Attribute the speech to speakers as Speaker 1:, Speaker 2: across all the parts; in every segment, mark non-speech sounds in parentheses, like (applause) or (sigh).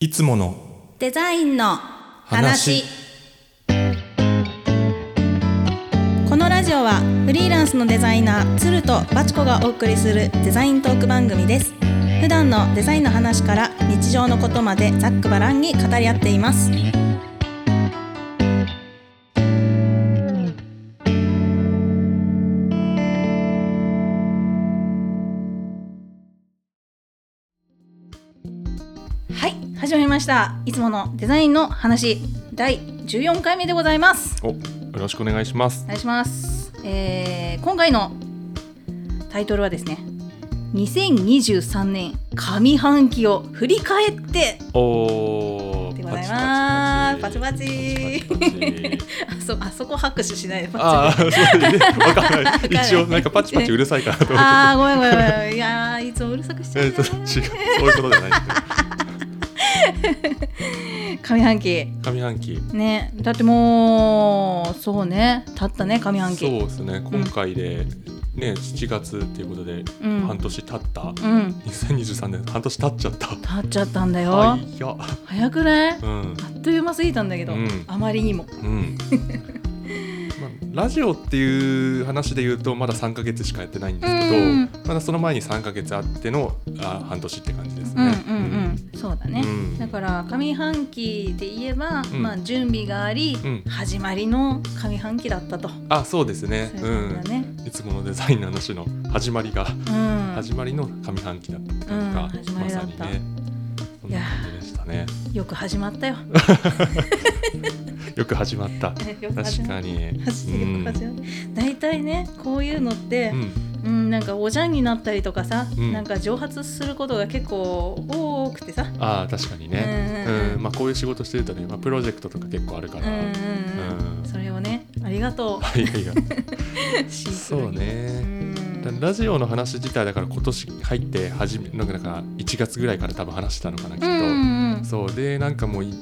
Speaker 1: いつもの
Speaker 2: デザインの話
Speaker 1: 話
Speaker 2: このラジオはフリーランスのデザイナー鶴とバチコがお送りするデザイントーク番組です普段のデザインの話から日常のことまでざっくばらんに語り合っていますはい始まりましたいつものデザインの話第14回目でございます
Speaker 1: およろしくお願いします
Speaker 2: お願いします、えー今回のタイトルはですね2023年上半期を振り返って
Speaker 1: おー
Speaker 2: でございます
Speaker 1: パチパチ
Speaker 2: パチパ
Speaker 1: パチ
Speaker 2: チあそあそこ拍手しないで
Speaker 1: (laughs) ああ
Speaker 2: あ
Speaker 1: そうねわかんない
Speaker 2: ない
Speaker 1: 一応なんかパチパチうるさいかなと思って
Speaker 2: あーごめんごめんごめんいやーいつもうるさくしちゃう
Speaker 1: え
Speaker 2: よ
Speaker 1: っと違うそういうことじゃない
Speaker 2: 上半期
Speaker 1: (laughs) 上半期
Speaker 2: ねだってもうそうねたったね上半期
Speaker 1: そうですね今回でね7月っていうことで
Speaker 2: うん
Speaker 1: 半年経った
Speaker 2: うん
Speaker 1: 2023年半年経っちゃった
Speaker 2: たっちゃったんだよ、
Speaker 1: はいや
Speaker 2: 早くな
Speaker 1: う
Speaker 2: い、あ
Speaker 1: ん
Speaker 2: っという間すぎたんだけど、
Speaker 1: うん
Speaker 2: あまりにも
Speaker 1: うん、まあ、ラジオっていう話で言うとまだ3ヶ月しかやってないんですけど、
Speaker 2: うん
Speaker 1: まだその前に3ヶ月あってのあ半年って感じです
Speaker 2: うんうん
Speaker 1: ね。
Speaker 2: うん、そうだね、
Speaker 1: うん
Speaker 2: だから上半期で言えば、
Speaker 1: うん
Speaker 2: まあ準備があり、
Speaker 1: うん
Speaker 2: 始まりの上半期だったと、
Speaker 1: あそうですね
Speaker 2: そういうことだね、
Speaker 1: うん、いつものデザインの話の始まりが、
Speaker 2: うん
Speaker 1: 始まりの上半期だったって感じが、
Speaker 2: うん始ま
Speaker 1: ま
Speaker 2: りだ
Speaker 1: さ
Speaker 2: っ
Speaker 1: に
Speaker 2: た
Speaker 1: ねそんな感じでしたね
Speaker 2: よく始まっ
Speaker 1: (laughs)
Speaker 2: たよ
Speaker 1: よく始まった
Speaker 2: よく始
Speaker 1: 確
Speaker 2: ま
Speaker 1: か
Speaker 2: (laughs) った
Speaker 1: に、
Speaker 2: マジでよく始まった大体ねこういうのって
Speaker 1: う、ん
Speaker 2: うんなんかおじゃんになったりとかさ、
Speaker 1: うん
Speaker 2: なんか蒸発することが結構多くてさ、
Speaker 1: ああ確かにね、
Speaker 2: う
Speaker 1: うんん
Speaker 2: うんうん
Speaker 1: まあ、こういう仕事してるとね、まあ、プロジェクトとか結構あるか
Speaker 2: うん
Speaker 1: ら、
Speaker 2: うんうん
Speaker 1: うん
Speaker 2: それをねありがと
Speaker 1: いやいや
Speaker 2: うシンプルに
Speaker 1: そうね
Speaker 2: うん
Speaker 1: だラジオの話自体だから今年入って始めなんかだから1月ぐらいから多分話してたのかなきっと、
Speaker 2: うんうんうん
Speaker 1: そうでなんかもういい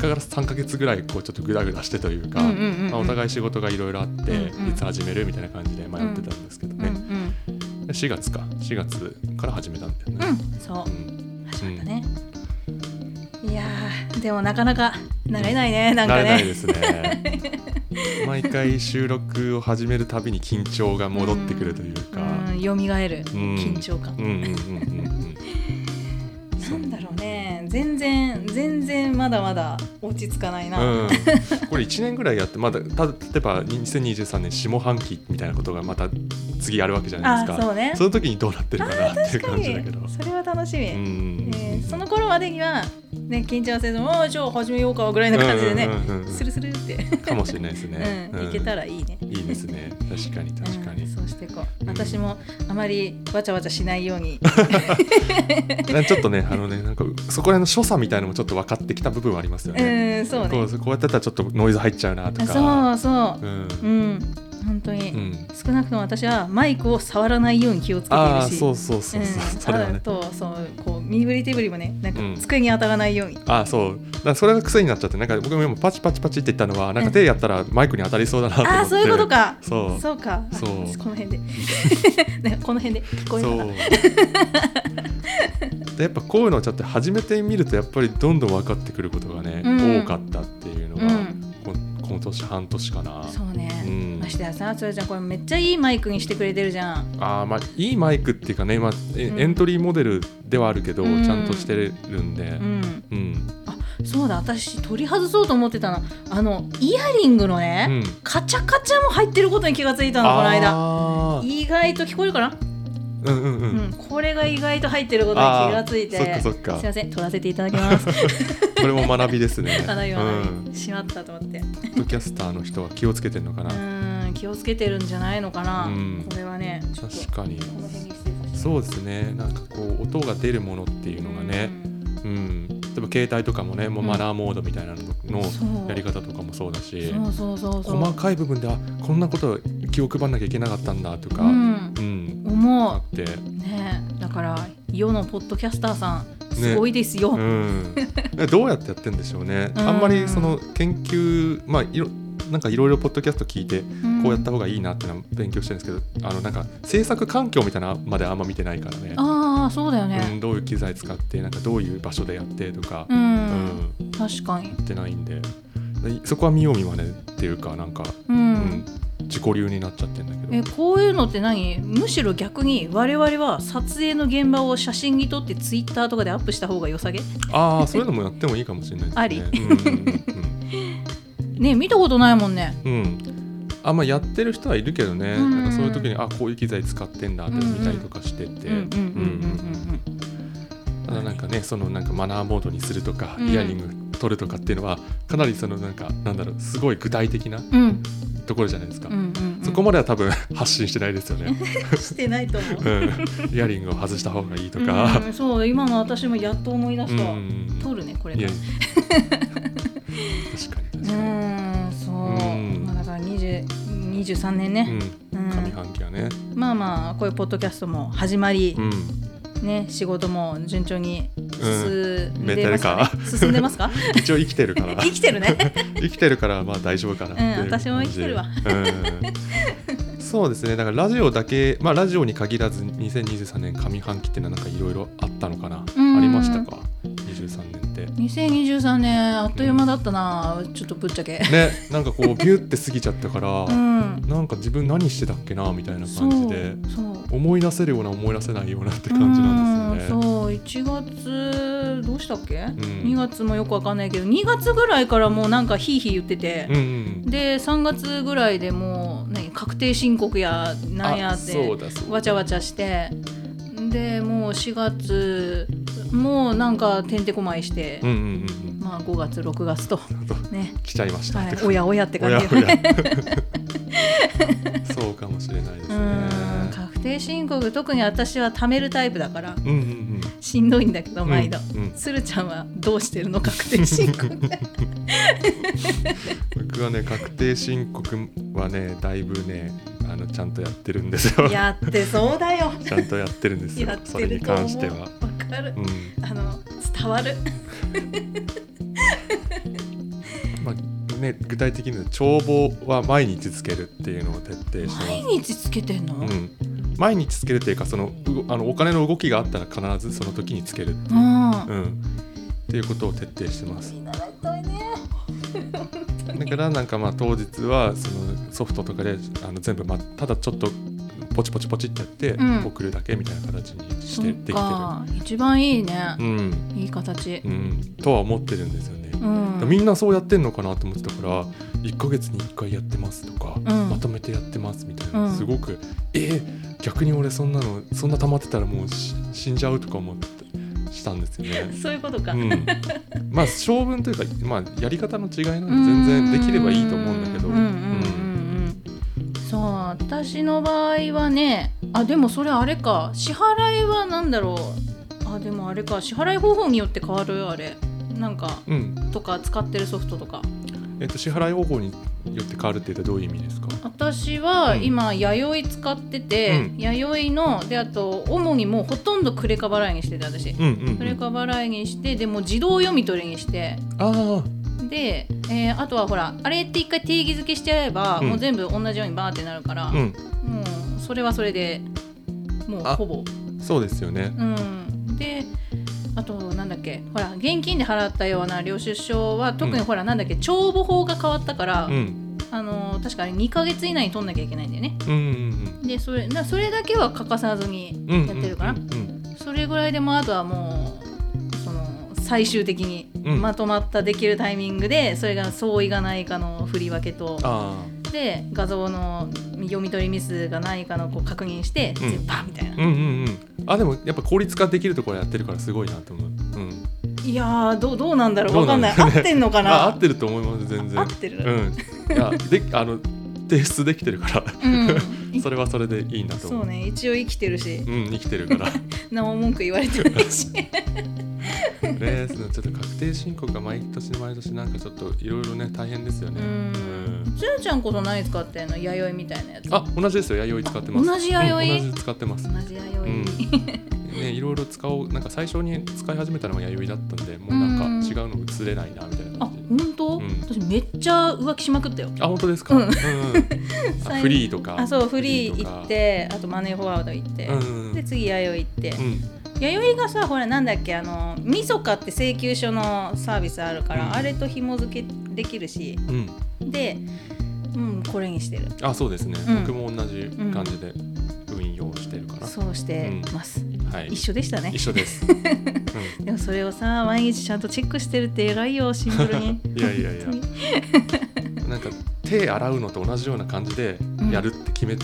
Speaker 1: から3か月ぐらいこうちょっとグダグダしてというか、
Speaker 2: うんうんうんうん
Speaker 1: まあ、お互い仕事がいろいろあって、
Speaker 2: うんうん
Speaker 1: いつ始めるみたいな感じで迷ってたんですけど
Speaker 2: うんう
Speaker 1: ね、
Speaker 2: ん
Speaker 1: 4月か4月から始めたんだよ
Speaker 2: う
Speaker 1: ね、
Speaker 2: んそう
Speaker 1: うん
Speaker 2: 始まったね、いやーでもなかなか慣れないねなんか
Speaker 1: 慣れない
Speaker 2: ね
Speaker 1: ですね
Speaker 2: (laughs)
Speaker 1: 毎回収録を始めるたびに緊張が戻ってくるというか、
Speaker 2: うんよみがえる
Speaker 1: ん
Speaker 2: 緊張感、
Speaker 1: うんうんうんうんうん
Speaker 2: なんだろうね全然全然まだまだ落ち着かないな、
Speaker 1: うん、これ1年ぐらいやってまだた例えば2023年下半期みたいなことがまた次あるわけじゃないです
Speaker 2: あ
Speaker 1: か
Speaker 2: そうね
Speaker 1: の時にどうなってるかなっていう感じだけど。
Speaker 2: それは楽しみ、
Speaker 1: うん
Speaker 2: えーその頃までにはね緊張せず「もうじゃあ始めようか」ぐらいの感じでね、
Speaker 1: うんうんうんうん
Speaker 2: スルスルって、。
Speaker 1: かもしれないですね
Speaker 2: うんいけたらいいね、
Speaker 1: うんいいですね。確かに確か
Speaker 2: う
Speaker 1: に
Speaker 2: ん。そうしていこう、
Speaker 1: うん
Speaker 2: 私もあまりわちゃわちゃしないよ
Speaker 1: (laughs)
Speaker 2: うに
Speaker 1: なんかちょっとねあのねなんかそこら辺の所作みたいのもちょっと分かってきた部分はありますよね。
Speaker 2: うんそう
Speaker 1: こ
Speaker 2: ね
Speaker 1: うこうやってたらちょっとノイズ入っちゃうなと
Speaker 2: あ
Speaker 1: か。
Speaker 2: そうそう
Speaker 1: う。ん。
Speaker 2: うん、本当に、
Speaker 1: うん
Speaker 2: 少なくとも私はマイクを触らないように気をつけてい
Speaker 1: ああ
Speaker 2: るし
Speaker 1: そうそうそうそう。
Speaker 2: うん
Speaker 1: それは
Speaker 2: あ
Speaker 1: ね。
Speaker 2: とそうこう身振り手振りもねなんか
Speaker 1: うん
Speaker 2: 机に当たらないように、
Speaker 1: あそうだからそれが癖になっちゃってなんか僕も今パチパチパチって言ったのはなんか手やったらマイクに当たりそうだなと思って
Speaker 2: ああそういうことか
Speaker 1: そう
Speaker 2: そうかあ
Speaker 1: そう
Speaker 2: この辺
Speaker 1: (laughs)
Speaker 2: でねこの辺で聞こえ
Speaker 1: そ
Speaker 2: なかっ
Speaker 1: うでやっぱこういうのをちょっと始めてみるとやっぱりどんどん分かってくることがね、
Speaker 2: うん
Speaker 1: 多かったっていうのが、
Speaker 2: うん
Speaker 1: こ今年半年かな
Speaker 2: たそうね、
Speaker 1: うん
Speaker 2: ましてやさつらちゃんこれめっちゃいいマイクにしてくれてるじゃん
Speaker 1: あーまあいいマイクっていうかね、まあえ
Speaker 2: うん
Speaker 1: エントリーモデルではあるけど、
Speaker 2: うん
Speaker 1: ちゃんとしてるんで
Speaker 2: う、ん
Speaker 1: うん
Speaker 2: そうだ私取り外そうと思ってたのあのイヤリングのね、
Speaker 1: うん
Speaker 2: カチャカチャも入ってることに気がついたのこの間
Speaker 1: あー
Speaker 2: 意外と聞こえるかな
Speaker 1: うんうんうん、
Speaker 2: うん、これが意外と入ってることに気がついて
Speaker 1: あーそっかそっか
Speaker 2: すいません取らせていただきます
Speaker 1: これも学びですね
Speaker 2: ただいま
Speaker 1: うん、
Speaker 2: しまったと思ってう
Speaker 1: ポッドキャスターの人は気をつけてるのかな、
Speaker 2: ーん気をつけてるんじゃないのかな、
Speaker 1: うん
Speaker 2: これはねちょっと
Speaker 1: 確かに
Speaker 2: この辺に失礼させて
Speaker 1: そうですねなんかこう音が出るものっていうのがね、うん、例えば携帯とかもねもうマナーモードみたいなの
Speaker 2: そう
Speaker 1: のやり方とかもそうだし
Speaker 2: うんそうそうそうそう
Speaker 1: 細かい部分ではこんなこと気を配んなきゃいけなかったんだとか、
Speaker 2: う
Speaker 1: うん
Speaker 2: ん、思
Speaker 1: あ
Speaker 2: う
Speaker 1: って、
Speaker 2: ねえだから世のポッドキャスターさん
Speaker 1: ね
Speaker 2: すごいですよ、
Speaker 1: (laughs) うん、どうやってやってんでしょうね、
Speaker 2: うん
Speaker 1: あんまりその研究まあいろなんかいろいろポッドキャスト聞いて
Speaker 2: ん
Speaker 1: こうやった方がいいなってのは勉強してるんですけどあのなんか制作環境みたいなのまであんま見てないからね、
Speaker 2: ああそうだよ
Speaker 1: う
Speaker 2: ね
Speaker 1: ん、どういう機材使ってなんかどういう場所でやってとか、
Speaker 2: う、
Speaker 1: うんん、
Speaker 2: 確かに
Speaker 1: やってないんででそこは見よう見まねっていうかなんか、
Speaker 2: う、
Speaker 1: うんん、自己流になっちゃってるんだけ
Speaker 2: え
Speaker 1: ど
Speaker 2: こういうのって何むしろ逆に我々は撮影の現場を写真に撮ってツイッターとかでアップした方が良さげ
Speaker 1: ああそういうのもやってもいいかもしれないですね。
Speaker 2: あり
Speaker 1: うん
Speaker 2: ね見たことないもんね
Speaker 1: うんうんうんあんまあやってる人はいるけどね、
Speaker 2: うん
Speaker 1: なんかそういう時にあこういう機材使ってんだって見たりとかしてて、
Speaker 2: うんうんうんうん
Speaker 1: ただなんかねそのなんかマナーモードにするとか、
Speaker 2: うん
Speaker 1: イヤリング取るとかっていうのはかなりそのなんかなんだろうすごい具体的な
Speaker 2: うんうん
Speaker 1: ところじゃないですか、
Speaker 2: うんうんうん
Speaker 1: そこまでは多分 (laughs) 発信してないですよね、
Speaker 2: してないと思う
Speaker 1: うん、イヤリングを外した方がいいと
Speaker 2: う
Speaker 1: か
Speaker 2: ん、うんそう今の私もやっと思い出
Speaker 1: う
Speaker 2: し
Speaker 1: ん
Speaker 2: た、
Speaker 1: うん
Speaker 2: 撮るねこれ
Speaker 1: いや
Speaker 2: ね
Speaker 1: 確かに確
Speaker 2: う
Speaker 1: かに、
Speaker 2: ん
Speaker 1: う
Speaker 2: そう、
Speaker 1: ん
Speaker 2: まあ、だから20 23年
Speaker 1: う
Speaker 2: ね、
Speaker 1: ん、
Speaker 2: うん
Speaker 1: 上半期はね、
Speaker 2: まあまあこういうポッドキャストも始まり
Speaker 1: う、ん、
Speaker 2: ね仕事も順調に進ん
Speaker 1: め
Speaker 2: で
Speaker 1: て
Speaker 2: ま
Speaker 1: る
Speaker 2: すか,、
Speaker 1: か
Speaker 2: 進んでますか
Speaker 1: 一応生きてるから
Speaker 2: (laughs) 生きてるね
Speaker 1: 生きてるからまあ大丈夫かなっていう
Speaker 2: うん私も生きてるわ
Speaker 1: 感じ、うんそうですねだからラジオだけまあラジオに限らず2023年上半期っていうのはなんかいろいろあったのかな
Speaker 2: うん
Speaker 1: ありましたか23年って
Speaker 2: 2023年あっという間だったな、ちょっとぶっちゃけ
Speaker 1: (laughs) ねなんかこうビューって過ぎちゃったから、
Speaker 2: (laughs) うん
Speaker 1: なんか自分何してたっけなみたいな
Speaker 2: そ
Speaker 1: 感
Speaker 2: う
Speaker 1: じで
Speaker 2: そう
Speaker 1: 思い出せるような思い出せないようなって感じなんですよ
Speaker 2: うん
Speaker 1: ね
Speaker 2: そう1月どうしたっけ、
Speaker 1: ん
Speaker 2: 2月もよくわかんないけど2月ぐらいからもうなんかヒーヒー言ってて、
Speaker 1: うんうん
Speaker 2: で3月ぐらいでもう何確定申告やなんや
Speaker 1: あ
Speaker 2: っ
Speaker 1: そう
Speaker 2: て
Speaker 1: だそうだ
Speaker 2: わちゃわちゃしてでもう4月もうなんかてんてこまいして、
Speaker 1: うんうんうんうん
Speaker 2: まあ5月6
Speaker 1: (laughs)
Speaker 2: 月とね、
Speaker 1: 来ちゃいましたっ
Speaker 2: は
Speaker 1: て
Speaker 2: い
Speaker 1: 感、じ
Speaker 2: おやおやって
Speaker 1: お
Speaker 2: 感
Speaker 1: や
Speaker 2: じ
Speaker 1: おや (laughs) そうかもしれないです
Speaker 2: う
Speaker 1: ね
Speaker 2: ん確定申告特に私は貯めるタイプだから
Speaker 1: うんうん
Speaker 2: しんどいんだけど
Speaker 1: うん
Speaker 2: 毎度。
Speaker 1: うんうん
Speaker 2: つるちゃんはどうしてるの確定申告
Speaker 1: 僕はね確定申告はねだいぶねあのちゃんとやってるんですよ
Speaker 2: (laughs) やってそうだよ
Speaker 1: ちゃんとやってるんですよ
Speaker 2: やって
Speaker 1: それに
Speaker 2: ると思う
Speaker 1: 関しては
Speaker 2: わ、かる、
Speaker 1: う
Speaker 2: あの伝わる
Speaker 1: んまあね、具体的には帳簿は毎日つけるっていうのを徹底してます
Speaker 2: 毎日つけてんの、
Speaker 1: うん、毎日つけるっていうかそのうあのお金の動きがあったら必ずその時につけるっていう,、
Speaker 2: あ
Speaker 1: うん、っていうことを徹底してます
Speaker 2: 見習いたいね。
Speaker 1: だからなんかまあ当日はそのソフトとかであの全部まあただちょっとポチポチポチってやって
Speaker 2: うん
Speaker 1: 送るだけみたいな形にし
Speaker 2: そ
Speaker 1: て
Speaker 2: っ
Speaker 1: できてる、
Speaker 2: か、一番いいね。
Speaker 1: うん
Speaker 2: いい形
Speaker 1: う。ん、とは思ってるんですよね、
Speaker 2: うん。
Speaker 1: みんなそうやってんのかなと思ってたから1ヶ月に1回やってますとか、
Speaker 2: ん
Speaker 1: まとめてやってますみたいな、
Speaker 2: うん。
Speaker 1: すごくえー逆に俺そんなのそんな溜まってたらもうし死んじゃうとか思ってしたんですよね
Speaker 2: そういうことか。
Speaker 1: うん、
Speaker 2: (laughs)
Speaker 1: まあ性分というか、まあ、やり方の違いなんで全然できればいいと思うんだけど
Speaker 2: ううんうんうんうん。そう、私の場合はね、あでもそれあれか、支払いはなんだろう。あでもあれか、支払い方法によって変わるよあれ。なんか
Speaker 1: うんうん
Speaker 2: とか使ってるソフトとか。
Speaker 1: えっと支払い方法によって変わるって言ったらどういう意味ですか
Speaker 2: 私は
Speaker 1: うん
Speaker 2: 今、弥生使ってて、
Speaker 1: うん
Speaker 2: 弥生のであと主にもうほとんどクレカ払いにしてて私。
Speaker 1: うんうん、うん、
Speaker 2: それか払いにしてでもう自動読み取りにして
Speaker 1: ああ
Speaker 2: で、えーあとはほらあれって一回定義付けしてやれば、
Speaker 1: うん
Speaker 2: もう全部同じようにバーってなるから、
Speaker 1: う
Speaker 2: も
Speaker 1: ん
Speaker 2: うそれはそれでもう
Speaker 1: あ
Speaker 2: ほぼ
Speaker 1: そうですよね。
Speaker 2: うんであとなんだっけほら現金で払ったような領収書は特にほら、なんだっけ帳簿法が変わったから、
Speaker 1: うん
Speaker 2: あのー確かに2ヶ月以内に取んなきゃいけないんだよね
Speaker 1: うんうん
Speaker 2: でそれなそれだけは欠かさずに
Speaker 1: うんうん
Speaker 2: やってるかな、
Speaker 1: うんうん
Speaker 2: それぐらいでもうあとはもうその最終的に
Speaker 1: うん
Speaker 2: まとまったできるタイミングで、それが相違がないかの振り分けと
Speaker 1: あ
Speaker 2: で画像の読み取りミスがないかのこう確認して、
Speaker 1: うん
Speaker 2: 全部パンみたい
Speaker 1: あう
Speaker 2: な、
Speaker 1: んうんうんあでもやっぱ効率化できるところやってるからすごいなと思う。うん。
Speaker 2: いやーどうどうなんだろう
Speaker 1: ど
Speaker 2: わ
Speaker 1: うな
Speaker 2: か
Speaker 1: ん
Speaker 2: んない
Speaker 1: だろう
Speaker 2: 合
Speaker 1: ね
Speaker 2: ってんのか
Speaker 1: (laughs) あ合
Speaker 2: な
Speaker 1: ってると思います全然。
Speaker 2: 合ってる
Speaker 1: うん。いやであの提出できてるから
Speaker 2: うんい
Speaker 1: それはそれでいいなと
Speaker 2: そ
Speaker 1: 思
Speaker 2: う
Speaker 1: う。
Speaker 2: ね一応生きてるし
Speaker 1: うん生きてるからね
Speaker 2: 何も文句言われてないし
Speaker 1: えそのちょっと確定申告が毎年毎年なんかちょっといろいろね大変ですよ
Speaker 2: う
Speaker 1: ね。
Speaker 2: んつるちゃんこそ何使ってんの弥生みたいなやつ
Speaker 1: あ同じですよ弥生使ってます。
Speaker 2: 同じ弥生
Speaker 1: うん同じ使ってます。
Speaker 2: 同じ弥生、、
Speaker 1: うんねいろいろ使おうなんか最初に使い始めたのが弥生だったんでもうなんか違うの映れないなみたいな
Speaker 2: (laughs) あ
Speaker 1: 感じで
Speaker 2: 本当、
Speaker 1: うん
Speaker 2: 私めっちゃ浮気しまくったよ
Speaker 1: あ本当ですか、
Speaker 2: うん
Speaker 1: う
Speaker 2: (laughs)
Speaker 1: んうんあフリーとか
Speaker 2: あそうフリー
Speaker 1: とか
Speaker 2: 行ってあとマネーフォワード行って、
Speaker 1: うんうんうん
Speaker 2: で次弥生行っ
Speaker 1: う
Speaker 2: て、
Speaker 1: ん
Speaker 2: 弥生がさほらなんだっけあのみそかって請求書のサービスあるから、
Speaker 1: うん
Speaker 2: あれと紐付けできるし
Speaker 1: うん
Speaker 2: でうんこれにしてる
Speaker 1: あそうですね、
Speaker 2: うん
Speaker 1: 僕も同じ感じで運用してるから、
Speaker 2: そうしてます、
Speaker 1: はい
Speaker 2: 一緒でしたね
Speaker 1: 一緒
Speaker 2: (laughs)
Speaker 1: です、うん
Speaker 2: でもそれをさ毎日ちゃんとチェックしてるって偉いよシンプルに
Speaker 1: いやいやいや
Speaker 2: 本当に
Speaker 1: なんか手洗うのと同じような感じでやるって決め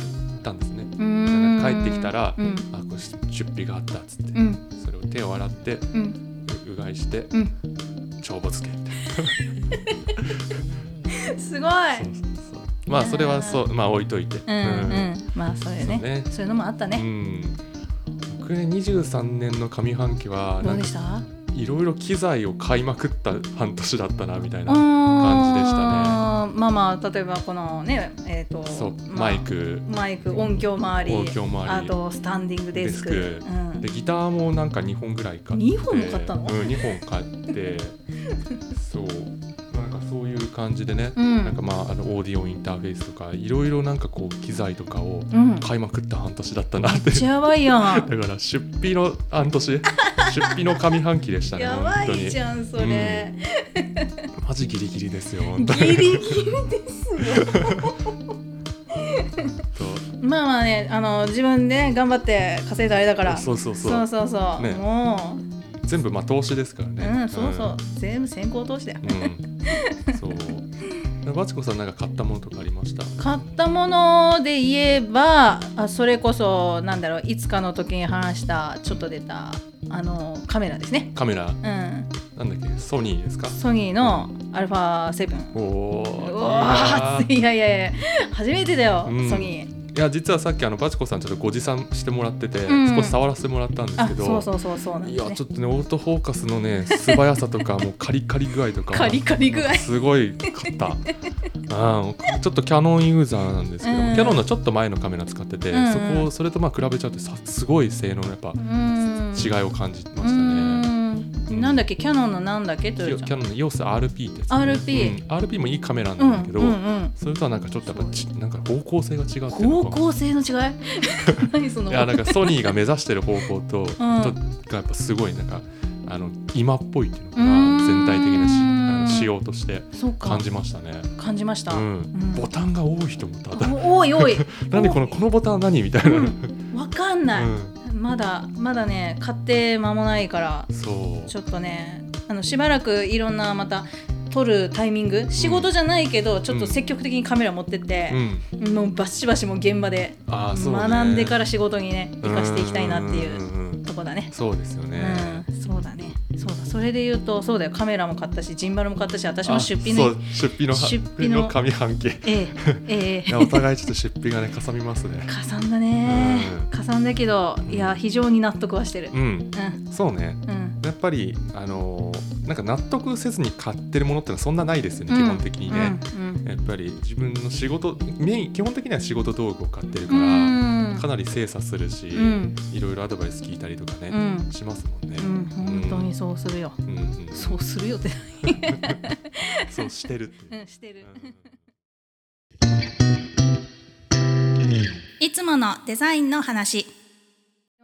Speaker 1: たんですね、
Speaker 2: うーん
Speaker 1: 帰ってきたら
Speaker 2: うん
Speaker 1: あこれし出費があったっつって、
Speaker 2: うん
Speaker 1: それを手を洗って
Speaker 2: うん
Speaker 1: ううがいして
Speaker 2: うん
Speaker 1: 帳簿つけみたいなそうそうそ
Speaker 2: すごい
Speaker 1: うまあそれはそうまあ置いといて
Speaker 2: うんうんまあそうよね
Speaker 1: そうね
Speaker 2: そういうのもあった
Speaker 1: う
Speaker 2: ね、
Speaker 1: ん僕ね23年の上半期は
Speaker 2: ど
Speaker 1: な
Speaker 2: うんで
Speaker 1: か
Speaker 2: した
Speaker 1: いろいろ機材を買いまくった半年だったなみたいな
Speaker 2: 感
Speaker 1: 感じでした
Speaker 2: ねまあまあ例えばこのねえっ、と
Speaker 1: そう、
Speaker 2: まあ
Speaker 1: マイク
Speaker 2: マイク音響周り
Speaker 1: 音響周り
Speaker 2: あとスタンディングデスク
Speaker 1: デスク
Speaker 2: うん
Speaker 1: でギターもなんか2本ぐらい買って
Speaker 2: 二本も買ったの
Speaker 1: うん、2本買って
Speaker 2: (laughs)
Speaker 1: そうなんかそういう感じでね、
Speaker 2: うん
Speaker 1: なんかまああのオーディオインターフェースとかいろいろなんかこう機材とかを
Speaker 2: うん、めっ
Speaker 1: 買いまくった半年だったなって、
Speaker 2: ちゃやばいやん
Speaker 1: (laughs) だから出費の半
Speaker 2: (laughs)
Speaker 1: 年出費の上半期でしたね
Speaker 2: や
Speaker 1: 本
Speaker 2: ば
Speaker 1: 当
Speaker 2: い
Speaker 1: に
Speaker 2: じゃんそれ、
Speaker 1: マジギリギリですよ本当に
Speaker 2: ギリギリですよ
Speaker 1: そう
Speaker 2: まあまあねあの自分でね頑張って稼いだあれだから
Speaker 1: そうそうそう
Speaker 2: そうそうそう
Speaker 1: ね
Speaker 2: も
Speaker 1: 全部まあ投資ですから
Speaker 2: う、
Speaker 1: ね
Speaker 2: うんそうそう、全部先行投資だよ
Speaker 1: うん、そう
Speaker 2: (laughs)
Speaker 1: バチコさんなんか買ったものとかありました
Speaker 2: 買ったもので言えばあそれこそなんだろういつかの時に話したちょっと出たあのカメラですね
Speaker 1: カメラ
Speaker 2: うん
Speaker 1: なんだっけソニーですか
Speaker 2: ソニーの α7
Speaker 1: お
Speaker 2: う
Speaker 1: お
Speaker 2: わーいやいやいや初めてだよ、
Speaker 1: うん
Speaker 2: ソニー
Speaker 1: いや実はさっきあのバチコさんちょっとご持参してもらってて、
Speaker 2: うん
Speaker 1: 少し触らせてもらったんです
Speaker 2: あ
Speaker 1: けど
Speaker 2: そうそうそうそうなん
Speaker 1: い
Speaker 2: です
Speaker 1: や
Speaker 2: ね
Speaker 1: ちょっとねオートフォーカスのね素早さとかもうカリカリ具合とか
Speaker 2: カリカ
Speaker 1: (laughs)
Speaker 2: リ具合
Speaker 1: すごいかったあーちょっとキャノンユーザーなんですけども、
Speaker 2: うん
Speaker 1: キャノンのちょっと前のカメラ使ってて、
Speaker 2: うんうん
Speaker 1: そこをそれとまあ比べちゃうとさすごい性能のやっぱ
Speaker 2: うん
Speaker 1: 違いを感じました
Speaker 2: う
Speaker 1: ね。
Speaker 2: ーんなんだっけキャノンのなんだっけ
Speaker 1: キ
Speaker 2: と
Speaker 1: ャ
Speaker 2: よ
Speaker 1: キ
Speaker 2: ちゃ
Speaker 1: ャ
Speaker 2: ん
Speaker 1: ノンの EOSRP ってやつね
Speaker 2: RP
Speaker 1: うん RP もいいカメラ
Speaker 2: う
Speaker 1: なんん
Speaker 2: う
Speaker 1: だけど、
Speaker 2: ん
Speaker 1: それとはなんかちょっとやっぱちなんか方向性が違うっていうの
Speaker 2: う
Speaker 1: か
Speaker 2: ん方向性の違
Speaker 1: (laughs)
Speaker 2: い何その
Speaker 1: いやなんかソニーが目指してる方向と,、と
Speaker 2: ん
Speaker 1: がやっぱすごいなんかあの今っぽいっていうのか
Speaker 2: うーん
Speaker 1: な全体的なしあの仕様として
Speaker 2: そうか
Speaker 1: 感じましたね。
Speaker 2: 感じました、
Speaker 1: うん
Speaker 2: ん
Speaker 1: ボタンが多い人もただ
Speaker 2: お多
Speaker 1: (laughs)
Speaker 2: い多い
Speaker 1: 何このこのボタンは何みたいな、
Speaker 2: う
Speaker 1: うんん
Speaker 2: わかんない、まだまだね買って間もないから
Speaker 1: そう
Speaker 2: ちょっとねあのしばらくいろんなまた撮るタイミング仕事じゃないけどちょっと積極的にカメラ持ってって
Speaker 1: う、ん、
Speaker 2: もうバシバシもう現場で
Speaker 1: あーそう、ね、
Speaker 2: 学んでからら仕事にね生かしていきたいなっていうとこだね。
Speaker 1: そうですよね、
Speaker 2: うん、そうだねそうだそれで言うとそうだよカメラも買ったしジンバルも買ったし私も
Speaker 1: あ
Speaker 2: 出費
Speaker 1: そ
Speaker 2: の
Speaker 1: う出費の
Speaker 2: 出
Speaker 1: 出
Speaker 2: 費
Speaker 1: 費
Speaker 2: の
Speaker 1: の上半期い
Speaker 2: ええええ
Speaker 1: やお互いちょっと出費がねかさみます (laughs)
Speaker 2: (laughs)
Speaker 1: ね
Speaker 2: かさんだね、
Speaker 1: うん
Speaker 2: かさんだけどいや非常に納得はしてる
Speaker 1: うん
Speaker 2: うん
Speaker 1: そうね
Speaker 2: うん
Speaker 1: やっぱりあのーなんか納得せずに買ってるものってのはそんなないですよね、基本的にね、
Speaker 2: うんうん
Speaker 1: やっぱり自分の仕事メイン基本的には仕事道具を買ってる
Speaker 2: う
Speaker 1: から、
Speaker 2: ん
Speaker 1: かなり精査するし、
Speaker 2: うん
Speaker 1: いろいろアドバイス聞いたりとかね、
Speaker 2: うん
Speaker 1: しますもんね、
Speaker 2: うん本当にそうするよ、
Speaker 1: うんうんうん
Speaker 2: そうするよって
Speaker 1: そうしてるっていう
Speaker 2: うんしてる
Speaker 1: うん
Speaker 2: いつものデザインの話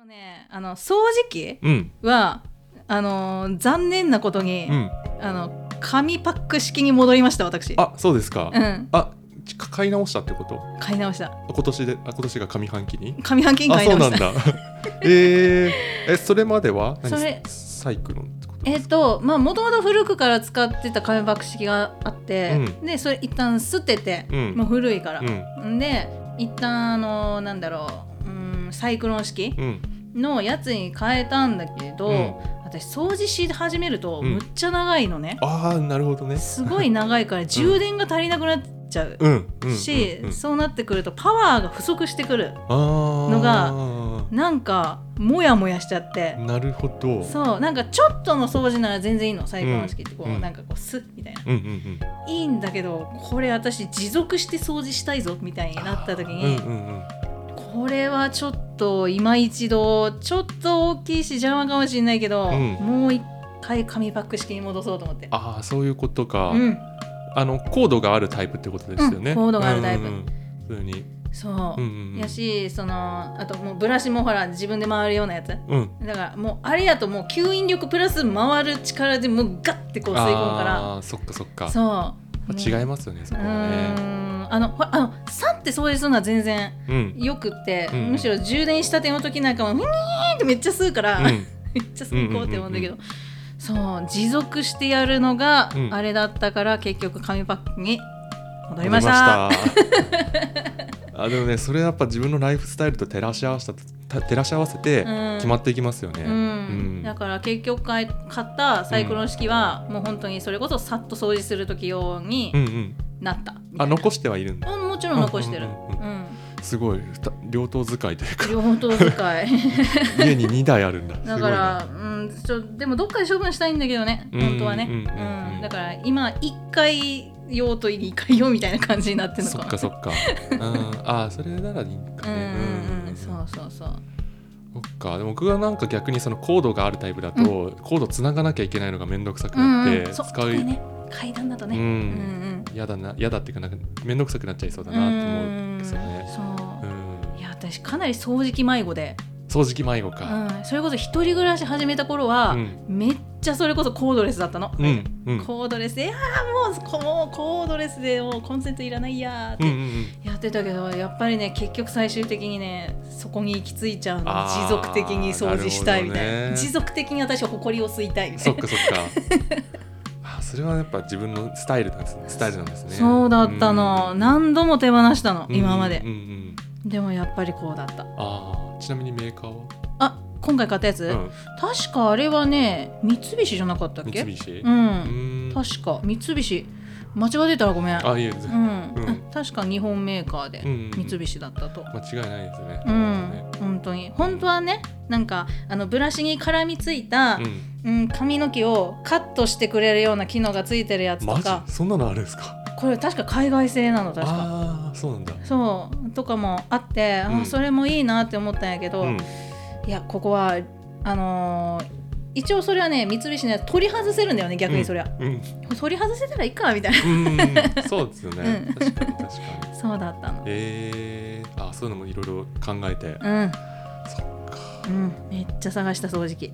Speaker 2: ねあの掃除機
Speaker 1: うん
Speaker 2: はあのー残念なことに、
Speaker 1: うん
Speaker 2: あの紙パック式に戻りました私
Speaker 1: あそうですか、
Speaker 2: うん
Speaker 1: あち買い直したってこと
Speaker 2: 買い直した
Speaker 1: 今年であ今年が上半期に
Speaker 2: 紙半券
Speaker 1: あ
Speaker 2: 買い
Speaker 1: そう
Speaker 2: 直
Speaker 1: な
Speaker 2: し
Speaker 1: ん
Speaker 2: た (laughs)
Speaker 1: だえー、えそれまでは何
Speaker 2: それ
Speaker 1: サイクロンってこと
Speaker 2: えっ、とまあもともと古くから使ってた紙パック式があって、でそれ一旦捨てて、
Speaker 1: うん
Speaker 2: もう古いから、
Speaker 1: うん
Speaker 2: ん、で一旦あのーなんだろううんサイクロン式、
Speaker 1: うん
Speaker 2: のやつに変えたんだけど、
Speaker 1: うん
Speaker 2: 私掃除し始めると
Speaker 1: うん
Speaker 2: むっちゃ長いのね、
Speaker 1: ああなるほどね
Speaker 2: すごい長いから充電が足りなくなっちゃう
Speaker 1: うんうん
Speaker 2: し、
Speaker 1: うんうん
Speaker 2: そうなってくるとパワーが不足してくる
Speaker 1: の
Speaker 2: がなんかモヤモヤしちゃって、
Speaker 1: なるほど
Speaker 2: そうなんかちょっとの掃除なら全然いいの最高の式ってこう、
Speaker 1: うん
Speaker 2: なんかこうスッみたいな
Speaker 1: うんうん
Speaker 2: いいんだけどこれ私持続して掃除したいぞみたいに
Speaker 1: うん
Speaker 2: なった時
Speaker 1: う
Speaker 2: に、
Speaker 1: んうんうん
Speaker 2: これはちょっと今一度ちょっと大きいし邪魔かもしれないけど、
Speaker 1: うん
Speaker 2: もう一回紙パック式に戻そうと思って。
Speaker 1: ああそういうことか、
Speaker 2: うん、
Speaker 1: あのコードがあるタイプってことですよね、
Speaker 2: うんコードがあるタイプ
Speaker 1: うんうん普通に
Speaker 2: そう、
Speaker 1: うんうんうん
Speaker 2: やしそのあともうブラシもほら自分で回るようなやつ
Speaker 1: うん
Speaker 2: だからもうあれやともう吸引力プラス回る力でもうガッてこう吸い込むから
Speaker 1: あーそっかそっか
Speaker 2: そう
Speaker 1: 違
Speaker 2: い
Speaker 1: いますよねそうこはね
Speaker 2: んあのほらあの3ってそういうのは全然
Speaker 1: うん
Speaker 2: よくって、
Speaker 1: うん
Speaker 2: むしろ充電したての時なんかもふにーってめっちゃ吸うから、
Speaker 1: う
Speaker 2: (laughs) め
Speaker 1: ん
Speaker 2: っちゃ吸いこうって思うんだけど、そう持続してやるのが
Speaker 1: うん
Speaker 2: あれだったから、結局紙パックに戻り
Speaker 1: り
Speaker 2: ました
Speaker 1: ました (laughs) あでもねそれやっぱ自分のライフスタイルと照らし合わせた照らし合わせて
Speaker 2: うん
Speaker 1: 決まっていきますよね、
Speaker 2: うん
Speaker 1: うん
Speaker 2: だから結局買い買ったサイクロン式は、もう本当にそれこそさっと掃除する時用に
Speaker 1: うんうん
Speaker 2: なったみた
Speaker 1: あ
Speaker 2: いな、
Speaker 1: 残してはいるんだ
Speaker 2: あもちろん残してる、
Speaker 1: う
Speaker 2: うんん
Speaker 1: うんすごいふた両党使いというか (laughs)
Speaker 2: 両方使い
Speaker 1: 家に2台あるんだすご
Speaker 2: だ
Speaker 1: い
Speaker 2: か
Speaker 1: な
Speaker 2: ら、うん、ちょでもどっかで処分したいんだけどね
Speaker 1: うん
Speaker 2: 本当はね、
Speaker 1: う
Speaker 2: うん
Speaker 1: う
Speaker 2: ん
Speaker 1: んうん
Speaker 2: だから今1回用と2回用みたいな感じになってるの
Speaker 1: そ
Speaker 2: か
Speaker 1: っかそっかうんあーそれならいいか
Speaker 2: うん
Speaker 1: ね
Speaker 2: うんうんそうそうそう
Speaker 1: そっかでも僕はなんか逆にそのコードがあるタイプだと、コードつながなきゃいけないのが面倒くさくなって、
Speaker 2: うんうん、そう
Speaker 1: 使う
Speaker 2: これね階段だとね、
Speaker 1: うん
Speaker 2: うん
Speaker 1: 嫌だな嫌だっていうかなんか面倒くさくなっちゃいそうだ
Speaker 2: うん
Speaker 1: なと思うん
Speaker 2: ん
Speaker 1: ですよね。
Speaker 2: そううんいや私かなり掃除機迷子で、
Speaker 1: 掃除機迷子
Speaker 2: う
Speaker 1: か。
Speaker 2: ん、それこそ一人暮らし始めた頃は、
Speaker 1: うん
Speaker 2: めっちゃそれこそコードレスだったの、
Speaker 1: うんうん
Speaker 2: コードレスで「いやーもうこもうコードレスでもうコンセントいらないや」っ
Speaker 1: うんう
Speaker 2: て
Speaker 1: ん
Speaker 2: やってたけど、やっぱりね結局最終的にねそこに行き着いちゃうの
Speaker 1: あー
Speaker 2: 持続的に掃除したいみたい
Speaker 1: なる
Speaker 2: な
Speaker 1: ほどね
Speaker 2: 持続的に私は埃を吸いたいみた
Speaker 1: そ
Speaker 2: い
Speaker 1: っ
Speaker 2: な。
Speaker 1: かそっか。 (laughs) あそれはやっぱ自分のスタイルなんですね。スタイルなんですね。
Speaker 2: そうだったの、
Speaker 1: うん
Speaker 2: 何度も手放したの、
Speaker 1: うん
Speaker 2: 今まで
Speaker 1: うん、うん
Speaker 2: でもやっぱりこうだった
Speaker 1: ああちなみにメーカーは。
Speaker 2: あ今回買ったやつ、
Speaker 1: うん
Speaker 2: 確かあれはね三菱じゃなかったっけ
Speaker 1: 三菱。
Speaker 2: う
Speaker 1: うんん
Speaker 2: 確か三菱間違ってたらごめん
Speaker 1: あいえず
Speaker 2: う
Speaker 1: 間
Speaker 2: ん
Speaker 1: うん
Speaker 2: 確か日本メーカーで
Speaker 1: うんうんうん
Speaker 2: 三菱だったと。
Speaker 1: 違いないですね。
Speaker 2: う
Speaker 1: ね
Speaker 2: ん、本当に本当はねなんかあのブラシに絡みついた、
Speaker 1: うん
Speaker 2: うん、髪の毛をカットしてくれるような機能がついてるやつと
Speaker 1: マ
Speaker 2: か
Speaker 1: ジそんなのあるんですか。
Speaker 2: これ確か海外製なの確か
Speaker 1: ああそうなんだ。
Speaker 2: そうとかもあって、あ
Speaker 1: うん
Speaker 2: それもいいなって思ったんやけど、
Speaker 1: うん
Speaker 2: いやここはあのー一応それはね三菱のやつ取り外せるんだよね逆にそれは、
Speaker 1: うん
Speaker 2: 取り外せたらいいかみたいな
Speaker 1: うんそうですよね
Speaker 2: う。ん
Speaker 1: 確かに確かに。
Speaker 2: そうだったの
Speaker 1: えー、あそういうのもいろいろ考えて、
Speaker 2: うん
Speaker 1: そっか
Speaker 2: うんめっちゃ探した掃除機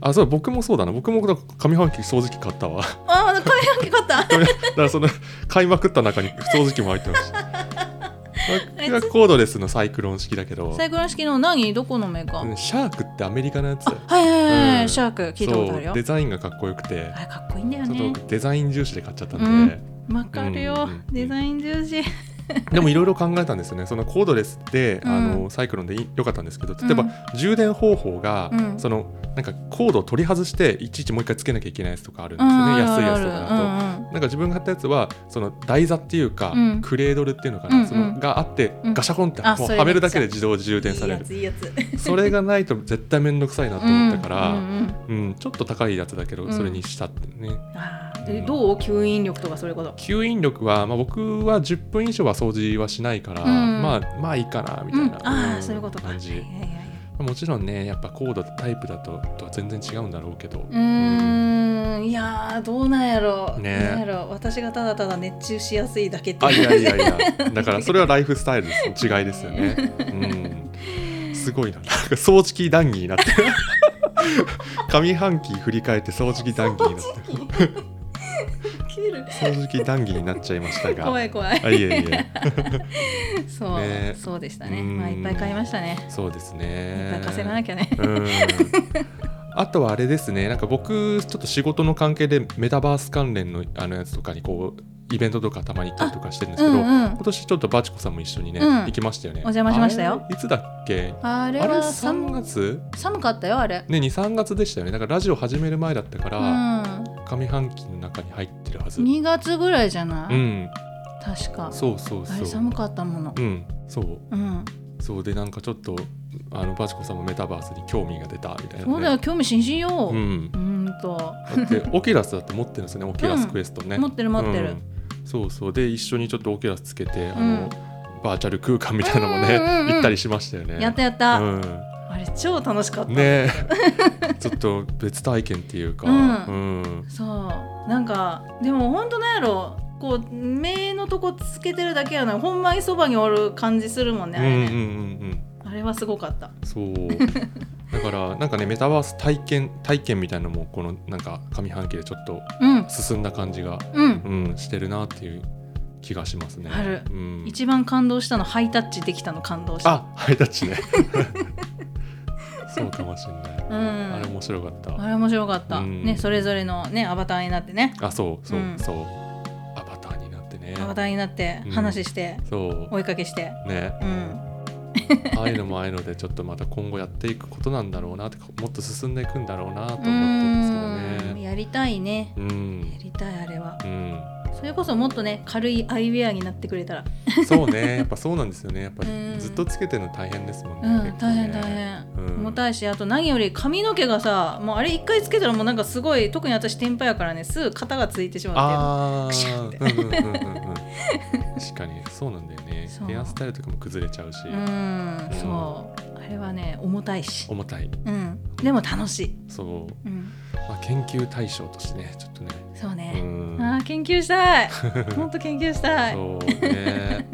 Speaker 1: あそう僕もそうだな僕もだから上半期掃除機買ったわ (laughs) だ
Speaker 2: ああ髪の毛買った
Speaker 1: からその買いまくった中に掃除機も入ってま
Speaker 2: (laughs)
Speaker 1: した僕がコードレスのサイクロン式だけど
Speaker 2: サイクロン式の何どこのメーカー、
Speaker 1: うんシャークってアメリカのやつ
Speaker 2: あはいはいはいはい、
Speaker 1: うん
Speaker 2: シャーク聞いたことある
Speaker 1: そ
Speaker 2: よ
Speaker 1: うデザインがかっこよくて、
Speaker 2: あれかっこいいんだよ
Speaker 1: ちょ
Speaker 2: ね
Speaker 1: っとデザイン重視で買っちゃったんで、
Speaker 2: うんわかる
Speaker 1: うん
Speaker 2: よ、
Speaker 1: うんうん
Speaker 2: デザイン重視
Speaker 1: でもいろいろ考えたんですよねそのコードレスって、
Speaker 2: うん
Speaker 1: あのサイクロンでい良かったんですけど例えば、
Speaker 2: うん
Speaker 1: 充電方法が、
Speaker 2: うん
Speaker 1: そのなんかコードを取り外していちいちもう一回つけなきゃいけないやつとかあるんで
Speaker 2: う
Speaker 1: す
Speaker 2: ん
Speaker 1: よね、
Speaker 2: ある
Speaker 1: 安いや
Speaker 2: あ
Speaker 1: つと
Speaker 2: るう
Speaker 1: かだと。
Speaker 2: ん
Speaker 1: なんか自分が買ったやつはその台座っていうか、
Speaker 2: うん
Speaker 1: クレードルっていうのか
Speaker 2: うん
Speaker 1: な、
Speaker 2: うん
Speaker 1: そのがあって
Speaker 2: うん
Speaker 1: ガシャコンって
Speaker 2: あ
Speaker 1: もう
Speaker 2: それ
Speaker 1: はめるだけで自動充電される
Speaker 2: いいやついいやつ
Speaker 1: それがないと絶対面倒くさいなと思ったから、う
Speaker 2: う
Speaker 1: ん
Speaker 2: うんんうん
Speaker 1: ちょっと高いやつだけど
Speaker 2: うん
Speaker 1: それにしたってね、
Speaker 2: あーでどう吸引力とかそれこそ
Speaker 1: 吸引力は、まあ、僕は10分以上は掃除はしないから、
Speaker 2: うん
Speaker 1: まあまあいいかなみた
Speaker 2: う
Speaker 1: い
Speaker 2: ん
Speaker 1: な、
Speaker 2: あ
Speaker 1: うん
Speaker 2: あそういうことか
Speaker 1: 感じ、
Speaker 2: はいはいはいはい
Speaker 1: もちろんねやっぱコードタイプだととは全然違うんだろうけど、
Speaker 2: うーんいやーどうなんやろう、
Speaker 1: ね
Speaker 2: なんやろう私がただただ熱中しやすいだけって
Speaker 1: あい
Speaker 2: いう
Speaker 1: やいやい
Speaker 2: (laughs)
Speaker 1: やだからそれはライフスタイルです違いですよね、うん、すごいななんか掃除機談義になってる上半期振り返って掃除機談義になってる
Speaker 2: (laughs) 切る
Speaker 1: 掃除機談義になっちゃいましたが
Speaker 2: 怖い怖い
Speaker 1: あいえいえ
Speaker 2: そう、
Speaker 1: ね
Speaker 2: そうでしたね
Speaker 1: うん
Speaker 2: まあいっぱい買いましたね
Speaker 1: そうです
Speaker 2: いっぱ
Speaker 1: ね
Speaker 2: い稼がなきゃね、
Speaker 1: うんあとはあれですねなんか僕ちょっと仕事の関係でメタバース関連のあのやつとかにこうイベントとかたまに行ったりとかしてるんです
Speaker 2: う
Speaker 1: けど、
Speaker 2: んうん
Speaker 1: 今年ちょっとバチコさんも一緒にね、
Speaker 2: うん
Speaker 1: 行きましたよね
Speaker 2: お邪魔しましたよ
Speaker 1: あれいつだっけ
Speaker 2: あ
Speaker 1: あ
Speaker 2: れ
Speaker 1: れ
Speaker 2: は
Speaker 1: 3
Speaker 2: 寒
Speaker 1: 月
Speaker 2: 寒かったよあれ
Speaker 1: ね23月でしたよねだからラジオ始める前だったか
Speaker 2: う
Speaker 1: ら、
Speaker 2: ん
Speaker 1: 上半期の中に入ってるはずう
Speaker 2: 2月ぐらいじゃない、
Speaker 1: ん
Speaker 2: 確か
Speaker 1: そうそう
Speaker 2: あれ
Speaker 1: そう
Speaker 2: 寒かったもの
Speaker 1: うんそう
Speaker 2: うん、
Speaker 1: そうでなんかちょっとあのバチコさんもメタバースに興味が出たみたいなね、
Speaker 2: そうだよ興味津々よ、う、
Speaker 1: うんん
Speaker 2: んと
Speaker 1: だってオキュラスだって持ってるんですよねオキュラスクエストね、
Speaker 2: 持ってる持ってる
Speaker 1: うんそうそうで一緒にちょっとオキュラスつけてあの、バーチャル空間みたいなのもね、
Speaker 2: うんうんうん
Speaker 1: 行ったりしましたよね。
Speaker 2: やったやった、
Speaker 1: うん、
Speaker 2: あれ超楽しかった、
Speaker 1: ね (laughs) えちょっと別体験っていうか、
Speaker 2: う
Speaker 1: うん
Speaker 2: そうなんかでも本当なんやろこう目のとこつけてるだけやなほんまにそばにおる感じするもんねあ
Speaker 1: うん
Speaker 2: れ
Speaker 1: うん
Speaker 2: ね、
Speaker 1: うん
Speaker 2: あれはすごかった
Speaker 1: うんそうだからなんかねメタバース体験体験みたいなのもこのなんか上半期でちょっと
Speaker 2: うん
Speaker 1: 進んだ感じが、
Speaker 2: うん
Speaker 1: うん、してるなっていう気がしますね。
Speaker 2: ある
Speaker 1: うん、
Speaker 2: 一番感動したのハイタッチできたの感動した
Speaker 1: あハイタッチねそうかもしれない、
Speaker 2: うん
Speaker 1: あれ面白かった、
Speaker 2: あれ面白かった、
Speaker 1: うん
Speaker 2: ねそれぞれのねアバターになってね
Speaker 1: あそうそう、
Speaker 2: うん
Speaker 1: そうアバターになってね
Speaker 2: アバターになって
Speaker 1: うん
Speaker 2: 話して、
Speaker 1: そう
Speaker 2: 追いかけして
Speaker 1: ね
Speaker 2: うん
Speaker 1: ああいうのもああいうのでちょっとまた今後やっていくことなんだろうなってこもっと進んでいくんだろうなと思ってるんですけど
Speaker 2: うーん
Speaker 1: ね
Speaker 2: やりたいね
Speaker 1: う
Speaker 2: や
Speaker 1: ん、
Speaker 2: りたいあれは
Speaker 1: うん、
Speaker 2: それこそもっとね軽いアイウェアになってくれたら
Speaker 1: そうねやっぱそうなんですよねやっぱ
Speaker 2: うん
Speaker 1: ずっとつけてるの大変ですもんね、
Speaker 2: うん
Speaker 1: 結構
Speaker 2: 大
Speaker 1: ね
Speaker 2: 変大変、
Speaker 1: うん
Speaker 2: 重たいしあと何より髪の毛がさもうあれ一回つけたらもうなんかすごい特に私天パやからねすぐ肩がついてしまっ
Speaker 1: あ
Speaker 2: クシャンっ
Speaker 1: ー
Speaker 2: て
Speaker 1: うんうんうんうんうん確かにそうなんだよね
Speaker 2: そう
Speaker 1: ヘアスタイルとかも崩れちゃうし、
Speaker 2: てうんそうあれはね重たいし、
Speaker 1: 重たい
Speaker 2: うん、でも楽しい、
Speaker 1: そう
Speaker 2: うん、
Speaker 1: まあ、研究対象としてねちょっとね
Speaker 2: そう
Speaker 1: う
Speaker 2: ね、
Speaker 1: ん
Speaker 2: あー研究したい
Speaker 1: (laughs)
Speaker 2: もっと研究したい
Speaker 1: そう
Speaker 2: (laughs)
Speaker 1: ね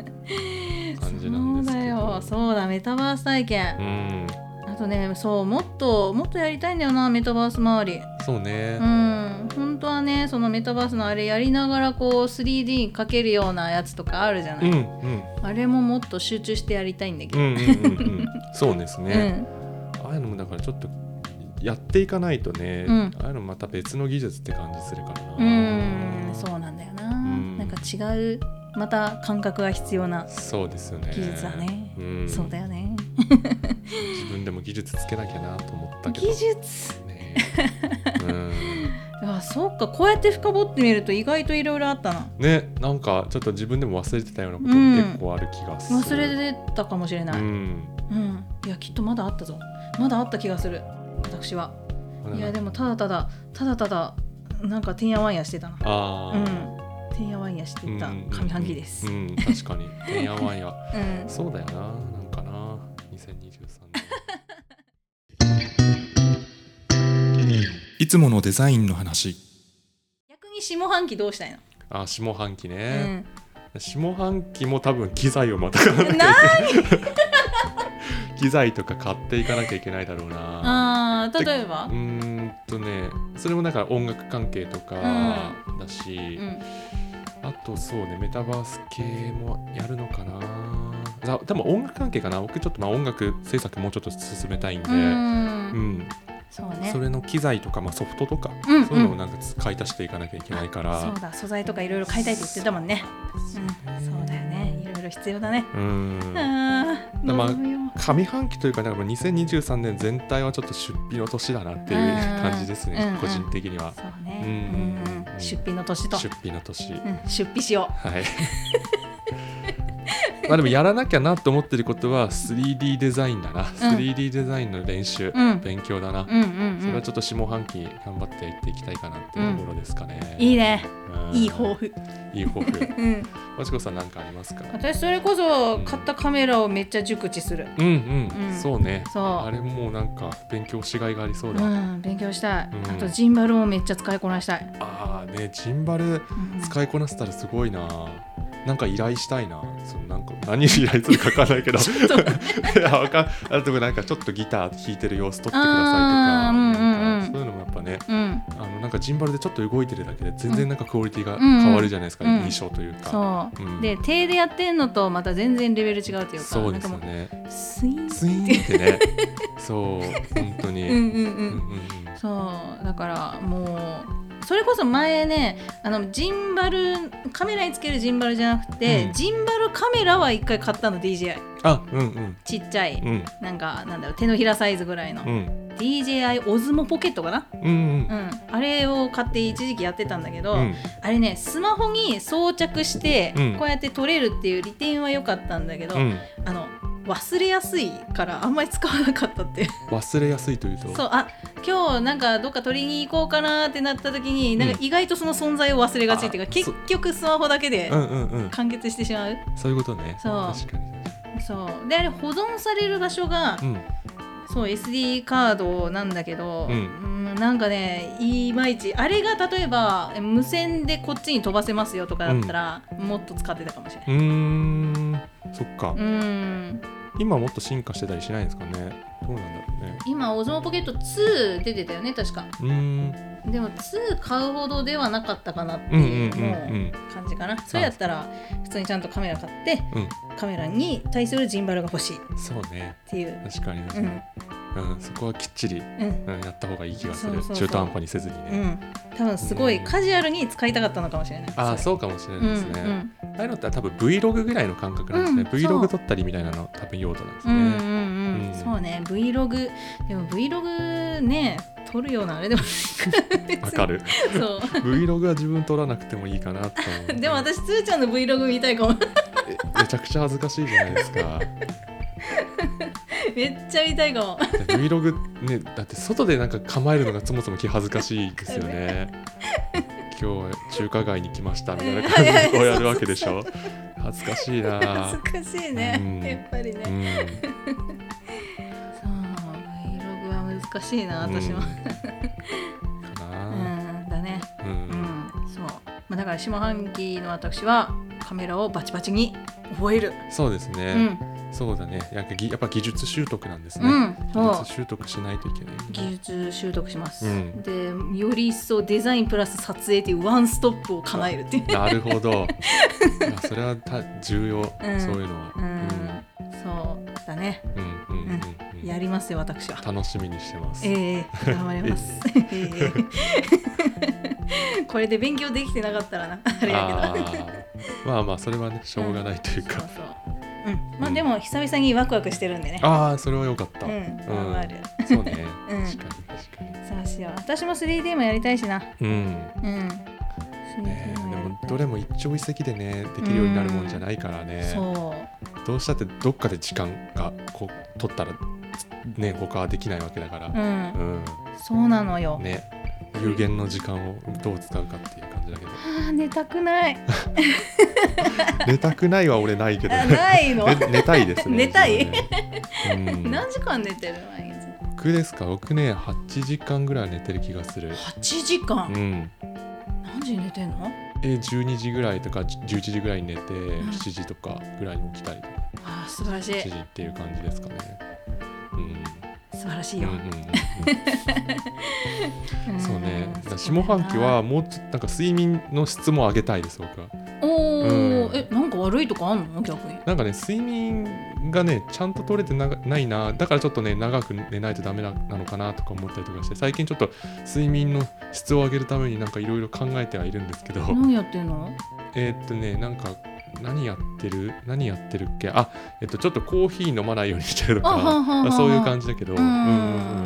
Speaker 1: 感じなんですけど
Speaker 2: そうだよそうだメタバース体験
Speaker 1: う、ん
Speaker 2: あとねそうもっともっとやりたいんだよなメタバース周り
Speaker 1: そうね
Speaker 2: うん本当はねそのメタバースのあれやりながらこう 3D にかけるようなやつとかあるじゃな
Speaker 1: う
Speaker 2: い、
Speaker 1: んうん
Speaker 2: あれももっと集中してやりたいんだけ
Speaker 1: う
Speaker 2: ど、
Speaker 1: んうんうんうんそうですね、ああいうのもだからちょっとやっていかないとね、
Speaker 2: うん
Speaker 1: ああいうのまた別の技術って感じするからな
Speaker 2: うん、うんそうなんだよな、
Speaker 1: ん
Speaker 2: なんか違うまた感覚が必要な、
Speaker 1: そうですよね
Speaker 2: 技術だね
Speaker 1: うん、
Speaker 2: そうだよね
Speaker 1: 自分でも技術つけなきゃなと思ったけど
Speaker 2: 技術
Speaker 1: ねうん
Speaker 2: あそうかこうやって深掘ってみると意外といろいろあったな
Speaker 1: ねなんかちょっと自分でも忘れてたようなことも結構ある気がする、
Speaker 2: 忘れてたかもしれない、
Speaker 1: う
Speaker 2: うん
Speaker 1: ん
Speaker 2: いやきっとまだあったぞまだあった気がする私は
Speaker 1: なん
Speaker 2: い
Speaker 1: か
Speaker 2: やでもただただただただなんかてんやわんやしてたな
Speaker 1: あ
Speaker 2: う
Speaker 1: あ、
Speaker 2: んてんやわんやして
Speaker 1: うん
Speaker 2: た上半期です
Speaker 1: う
Speaker 2: うん
Speaker 1: ん、確か
Speaker 2: (laughs)
Speaker 1: に。てんやわんや。
Speaker 2: うん
Speaker 1: そうだよな、なんかな、2023年。 (laughs) いつものデザインの話。
Speaker 2: 逆に下半期どうしたいの、
Speaker 1: あ、下半期ね。下半期も多分機材をまた買わなきゃ
Speaker 2: う
Speaker 1: いけ
Speaker 2: ん
Speaker 1: ない
Speaker 2: な
Speaker 1: (laughs) 機材とか買っていかなきゃいけないだろうな。
Speaker 2: あー例えば
Speaker 1: うーんとね、それもなんか音楽関係とかだし、
Speaker 2: うん
Speaker 1: あとそうねメタバース系もやるのかなあでも音楽関係かな僕ちょっとまあ音楽制作もうちょっと進めたいんで、
Speaker 2: う
Speaker 1: うん
Speaker 2: んそうね
Speaker 1: それの機材とか、まあ、ソフトとか、
Speaker 2: うん
Speaker 1: そういうのをなんか買い足していかなきゃいけないから
Speaker 2: そうだ素材とかいろいろ買いたいって言ってたもんねうんそうだよねいろいろ必要だね
Speaker 1: うん
Speaker 2: あー
Speaker 1: まあ
Speaker 2: 望むよ
Speaker 1: 上半期というかなんかもう2023年全体はちょっと出費の年だなっていう
Speaker 2: うん
Speaker 1: 感じです
Speaker 2: うんう
Speaker 1: ね
Speaker 2: ん
Speaker 1: 個人的には
Speaker 2: そうね
Speaker 1: う
Speaker 2: うんんうん出費の年と
Speaker 1: 出費の年
Speaker 2: うん出費しよ
Speaker 1: はい。 (laughs) まあでもやらなきゃなと思ってることは 3D デザインだな、3D デザインの練習、
Speaker 2: うん
Speaker 1: 勉強だな、
Speaker 2: ううんうん
Speaker 1: それ
Speaker 2: う
Speaker 1: は
Speaker 2: ん
Speaker 1: ちょっと下半期頑張ってやっていきたいかなっていうところですかね、
Speaker 2: いいね
Speaker 1: うん
Speaker 2: いい抱負
Speaker 1: いい抱負
Speaker 2: うん
Speaker 1: まちこさんなんかありますか
Speaker 2: 私それこそ買ったカメラをめっちゃ熟知する
Speaker 1: うんうん、
Speaker 2: (laughs) うん
Speaker 1: そうね
Speaker 2: そう
Speaker 1: あれもうなんか勉強しがいがありそうだ、
Speaker 2: うん、勉強したい、
Speaker 1: うん
Speaker 2: あとジンバルもめっちゃ使いこなしたい、
Speaker 1: ああねジンバル
Speaker 2: うん
Speaker 1: 使いこなせたらすごいな、なんか依頼したいなそのなんか何に依頼するか分かんないけど (laughs) いやわかんあとなんかちょっとギター弾いてる様子撮ってくださいとか
Speaker 2: あーうんうんうん
Speaker 1: なんかそういうのもやっぱね
Speaker 2: うん
Speaker 1: あのなんかジンバルでちょっと動いてるだけで全
Speaker 2: う
Speaker 1: 然
Speaker 2: ん
Speaker 1: なんかクオリティが
Speaker 2: うんうん
Speaker 1: 変わるじゃないですか、
Speaker 2: うん
Speaker 1: 印象というか。
Speaker 2: そう、
Speaker 1: うん
Speaker 2: で手でやってんのとまた全然レベル違うというか
Speaker 1: そうですよ
Speaker 2: なんかも
Speaker 1: ね。
Speaker 2: うスイーン
Speaker 1: スイーンってね。そう、本当
Speaker 2: うん
Speaker 1: に。
Speaker 2: うんう
Speaker 1: うんうんう
Speaker 2: ん、
Speaker 1: ん
Speaker 2: そうだからもうそれこそ前ねあのジンバルカメラにつけるジンバルじゃなくて、
Speaker 1: うん
Speaker 2: ジンバルカメラは一回買ったの DJI
Speaker 1: あ、うんうん。
Speaker 2: ちっちゃい、
Speaker 1: うん
Speaker 2: なんかなんだろう手のひらサイズぐらいの、
Speaker 1: うん。
Speaker 2: DJI オズモポケットかな、
Speaker 1: うんうん
Speaker 2: う。ん、あれを買って一時期やってたんだけど、
Speaker 1: うん
Speaker 2: あれねスマホに装着して
Speaker 1: うん
Speaker 2: こうやって撮れるっていう利点は良かったんだけど、
Speaker 1: うん。
Speaker 2: あの忘れやすいからあんまり使わなかったっていう
Speaker 1: 忘れやすいというと
Speaker 2: そうあ今日なんかどっか取りに行こうかなってなった時になんか意外とその存在を忘れがちっていうか、
Speaker 1: あ
Speaker 2: 結局スマホだけで
Speaker 1: うんうんうん
Speaker 2: 完結してしまう、
Speaker 1: そういうことね
Speaker 2: そう
Speaker 1: 確かに
Speaker 2: そうであれ保存される場所が、
Speaker 1: うん
Speaker 2: そう SD カードなんだけど、
Speaker 1: う。
Speaker 2: うんなんかねいまいちあれが例えば無線でこっちに飛ばせますよとかだったら、もっと使ってたかもしれないう
Speaker 1: ーんそっか、
Speaker 2: うん
Speaker 1: 今もっと進化してたりしないんですかねどうなんだろうね
Speaker 2: 今オズモポケット2出てたよね確か
Speaker 1: うーん
Speaker 2: でも2買うほどではなかったかなって
Speaker 1: うんうん
Speaker 2: いう
Speaker 1: うんう
Speaker 2: も
Speaker 1: ん
Speaker 2: う感じかなそれやったら普通にちゃんとカメラ買って
Speaker 1: うん
Speaker 2: カメラに対するジンバルが欲しいっ
Speaker 1: そうね
Speaker 2: ていう
Speaker 1: 確かに
Speaker 2: う
Speaker 1: 確かに
Speaker 2: ん、
Speaker 1: うん、そこはきっちり、
Speaker 2: うん
Speaker 1: うん、やった方がいい気がす
Speaker 2: そう
Speaker 1: る
Speaker 2: そうそ
Speaker 1: 中
Speaker 2: う
Speaker 1: 途半端にせずにね、
Speaker 2: うん、多分すごいカジュアルに使いたかったのかもしれない
Speaker 1: ああ
Speaker 2: う
Speaker 1: そうかもしれない
Speaker 2: で
Speaker 1: ですす
Speaker 2: ね
Speaker 1: ね、ああいうのって多分 Vlog ぐらいの感覚なんですね、
Speaker 2: うん
Speaker 1: Vlog 撮ったりみたいなの多分用途なんです
Speaker 2: うんうん
Speaker 1: ね、
Speaker 2: う
Speaker 1: う
Speaker 2: ん、
Speaker 1: ん
Speaker 2: そうね Vlog でも Vlog ね撮るようなあれでもない
Speaker 1: わ (laughs) かる
Speaker 2: (laughs) そ
Speaker 1: Vlog は自分撮らなくてもいいかなと思う
Speaker 2: うでも私つーちゃんの Vlog 見たいかも (laughs)
Speaker 1: えめちゃくちゃ恥ずかしいじゃないですか
Speaker 2: めっちゃ見たいかも
Speaker 1: で (laughs) Vlog ねだって外でなんか構えるのがそもそも気恥ずかしいですよ (laughs) ね今日中華街に来ましたみたいな感じでこうやるわけで (laughs) しょ恥ずかしいな
Speaker 2: 恥ずかしいね、
Speaker 1: うん
Speaker 2: やっぱり
Speaker 1: う
Speaker 2: ね、
Speaker 1: ん
Speaker 2: そう Vlog は難しいな私も、
Speaker 1: うんか
Speaker 2: う
Speaker 1: な、
Speaker 2: ん、だね
Speaker 1: う
Speaker 2: うんんそう、まあ、だから下半期の私はカメラをバチバチに覚える、
Speaker 1: そうです
Speaker 2: う
Speaker 1: ね、
Speaker 2: ん
Speaker 1: そうだねやっぱぎやっぱ技術習得なんですね、
Speaker 2: うんそ
Speaker 1: 技
Speaker 2: う
Speaker 1: 術習得しないといけない、
Speaker 2: 技術習得します、
Speaker 1: うん
Speaker 2: でより一層デザインプラス撮影っていうワンストップを叶えるっていう
Speaker 1: なるほ
Speaker 2: (laughs)
Speaker 1: どいやそれはた重要、
Speaker 2: うん
Speaker 1: そういうのは、
Speaker 2: うん、そうだね
Speaker 1: うんうんうんうんうん
Speaker 2: やりますよ私は
Speaker 1: 楽しみにしてます、
Speaker 2: ええ頑張ります
Speaker 1: (laughs)
Speaker 2: ええこれで勉強できてなかったらなあれや
Speaker 1: あーまあまあそれはねしょうがないとい
Speaker 2: け
Speaker 1: う
Speaker 2: どそう
Speaker 1: か、
Speaker 2: そううんまあでも久々にワクワクしてるんでね
Speaker 1: ああそれは良かった、
Speaker 2: うん頑張る、
Speaker 1: そうね、
Speaker 2: うん
Speaker 1: 確かに確かに
Speaker 2: そうしよう私も 3D もやりたいしな
Speaker 1: うん、
Speaker 2: うん
Speaker 1: ね
Speaker 2: 3D も
Speaker 1: で
Speaker 2: やり
Speaker 1: も
Speaker 2: たい
Speaker 1: どれも一朝一夕でねできるようになるもんじゃないからね、
Speaker 2: そう
Speaker 1: どうしたってどっかで時間がこう取ったらね他はできないわけだから、
Speaker 2: うん
Speaker 1: うん
Speaker 2: そうなのよ、
Speaker 1: ね有限の時間をどう使うかっていう感じだけど
Speaker 2: あー寝たくない
Speaker 1: 寝たくないは俺ないけど、
Speaker 2: あ
Speaker 1: ね、
Speaker 2: ないの
Speaker 1: (laughs) 寝寝たいですね
Speaker 2: 寝たい
Speaker 1: 自分はねうん、
Speaker 2: 何時間寝てるの毎日
Speaker 1: 僕ですか僕ね8時間ぐらい寝てる気がする、
Speaker 2: 8時
Speaker 1: う
Speaker 2: 間、
Speaker 1: ん、
Speaker 2: 何時に寝てんの
Speaker 1: え12時ぐらいとか11時ぐらいに寝て7時とかぐらいに起きたりとか
Speaker 2: あー素晴らしい
Speaker 1: 7時っていう感じですかねうん
Speaker 2: 素晴らし
Speaker 1: う
Speaker 2: い
Speaker 1: んう
Speaker 2: よ
Speaker 1: ん、うんうん、
Speaker 2: (laughs)
Speaker 1: そうねだから
Speaker 2: ん
Speaker 1: 下半期はもうちょっとなんか睡眠の質も上げたいです僕は
Speaker 2: おお、
Speaker 1: うん
Speaker 2: えなんか悪いとこあんの逆に
Speaker 1: なんかね睡眠がねちゃんと取れてなないなだからちょっとね長く寝ないとダメななのかなとか思ったりとかして最近ちょっと睡眠の質を上げるためになんかいろいろ考えてはいるんですけど、
Speaker 2: 何やってんの
Speaker 1: えーっとねなんか何やってる何やってるっけあえっとちょっとコーヒー飲まないようにしてると
Speaker 2: あはあはあはあ
Speaker 1: か
Speaker 2: はあ
Speaker 1: そういう感じだけど、
Speaker 2: うん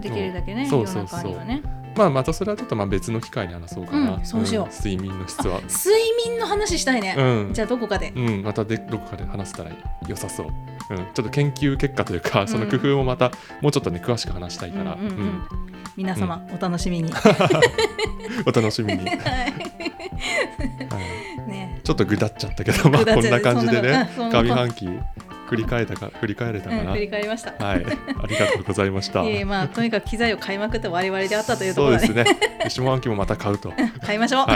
Speaker 2: できるだけね
Speaker 1: そ
Speaker 2: 夜
Speaker 1: うそう
Speaker 2: 中
Speaker 1: そう
Speaker 2: にはね
Speaker 1: まあまたそれはちょっとまあ別の機会に話そうかな、
Speaker 2: うんそうしようん
Speaker 1: 睡眠の質は
Speaker 2: 睡眠の話したいね、
Speaker 1: うん
Speaker 2: じゃあどこかで
Speaker 1: うん、またでどこかで話せたら良さそう、うん、ちょっと研究結果というかその工夫もまたもうちょっとね詳しく話したいから、
Speaker 2: うんうんうん
Speaker 1: うん
Speaker 2: 皆様、お楽しみには
Speaker 1: お楽しみに、
Speaker 2: (laughs)
Speaker 1: はい
Speaker 2: いね
Speaker 1: ちょっとぐだっちゃったけど、まあ、
Speaker 2: (laughs) ぐだっ
Speaker 1: こ
Speaker 2: ち
Speaker 1: ん
Speaker 2: ゃっ
Speaker 1: な
Speaker 2: た
Speaker 1: 感じでね
Speaker 2: そんなこと
Speaker 1: 上半期振り返ったか振り返れた
Speaker 2: う
Speaker 1: か
Speaker 2: ん
Speaker 1: な、
Speaker 2: 振り返りました
Speaker 1: はい、ありがとうございました。
Speaker 2: (laughs) いえいえまあとにかく機材を買いまくって我々であったというとこ
Speaker 1: そう
Speaker 2: ろ
Speaker 1: で
Speaker 2: です
Speaker 1: ね。下半期もまた買うと。
Speaker 2: (laughs)
Speaker 1: は
Speaker 2: 買いましょう、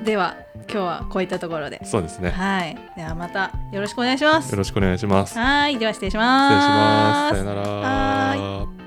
Speaker 1: い、
Speaker 2: では今日はこういったところで
Speaker 1: そうですね。
Speaker 2: はいではまたよろしくお願いします
Speaker 1: よろしくお願いします。失
Speaker 2: はいでは失礼し
Speaker 1: 礼し
Speaker 2: ます
Speaker 1: ます。さよな
Speaker 2: は
Speaker 1: ら。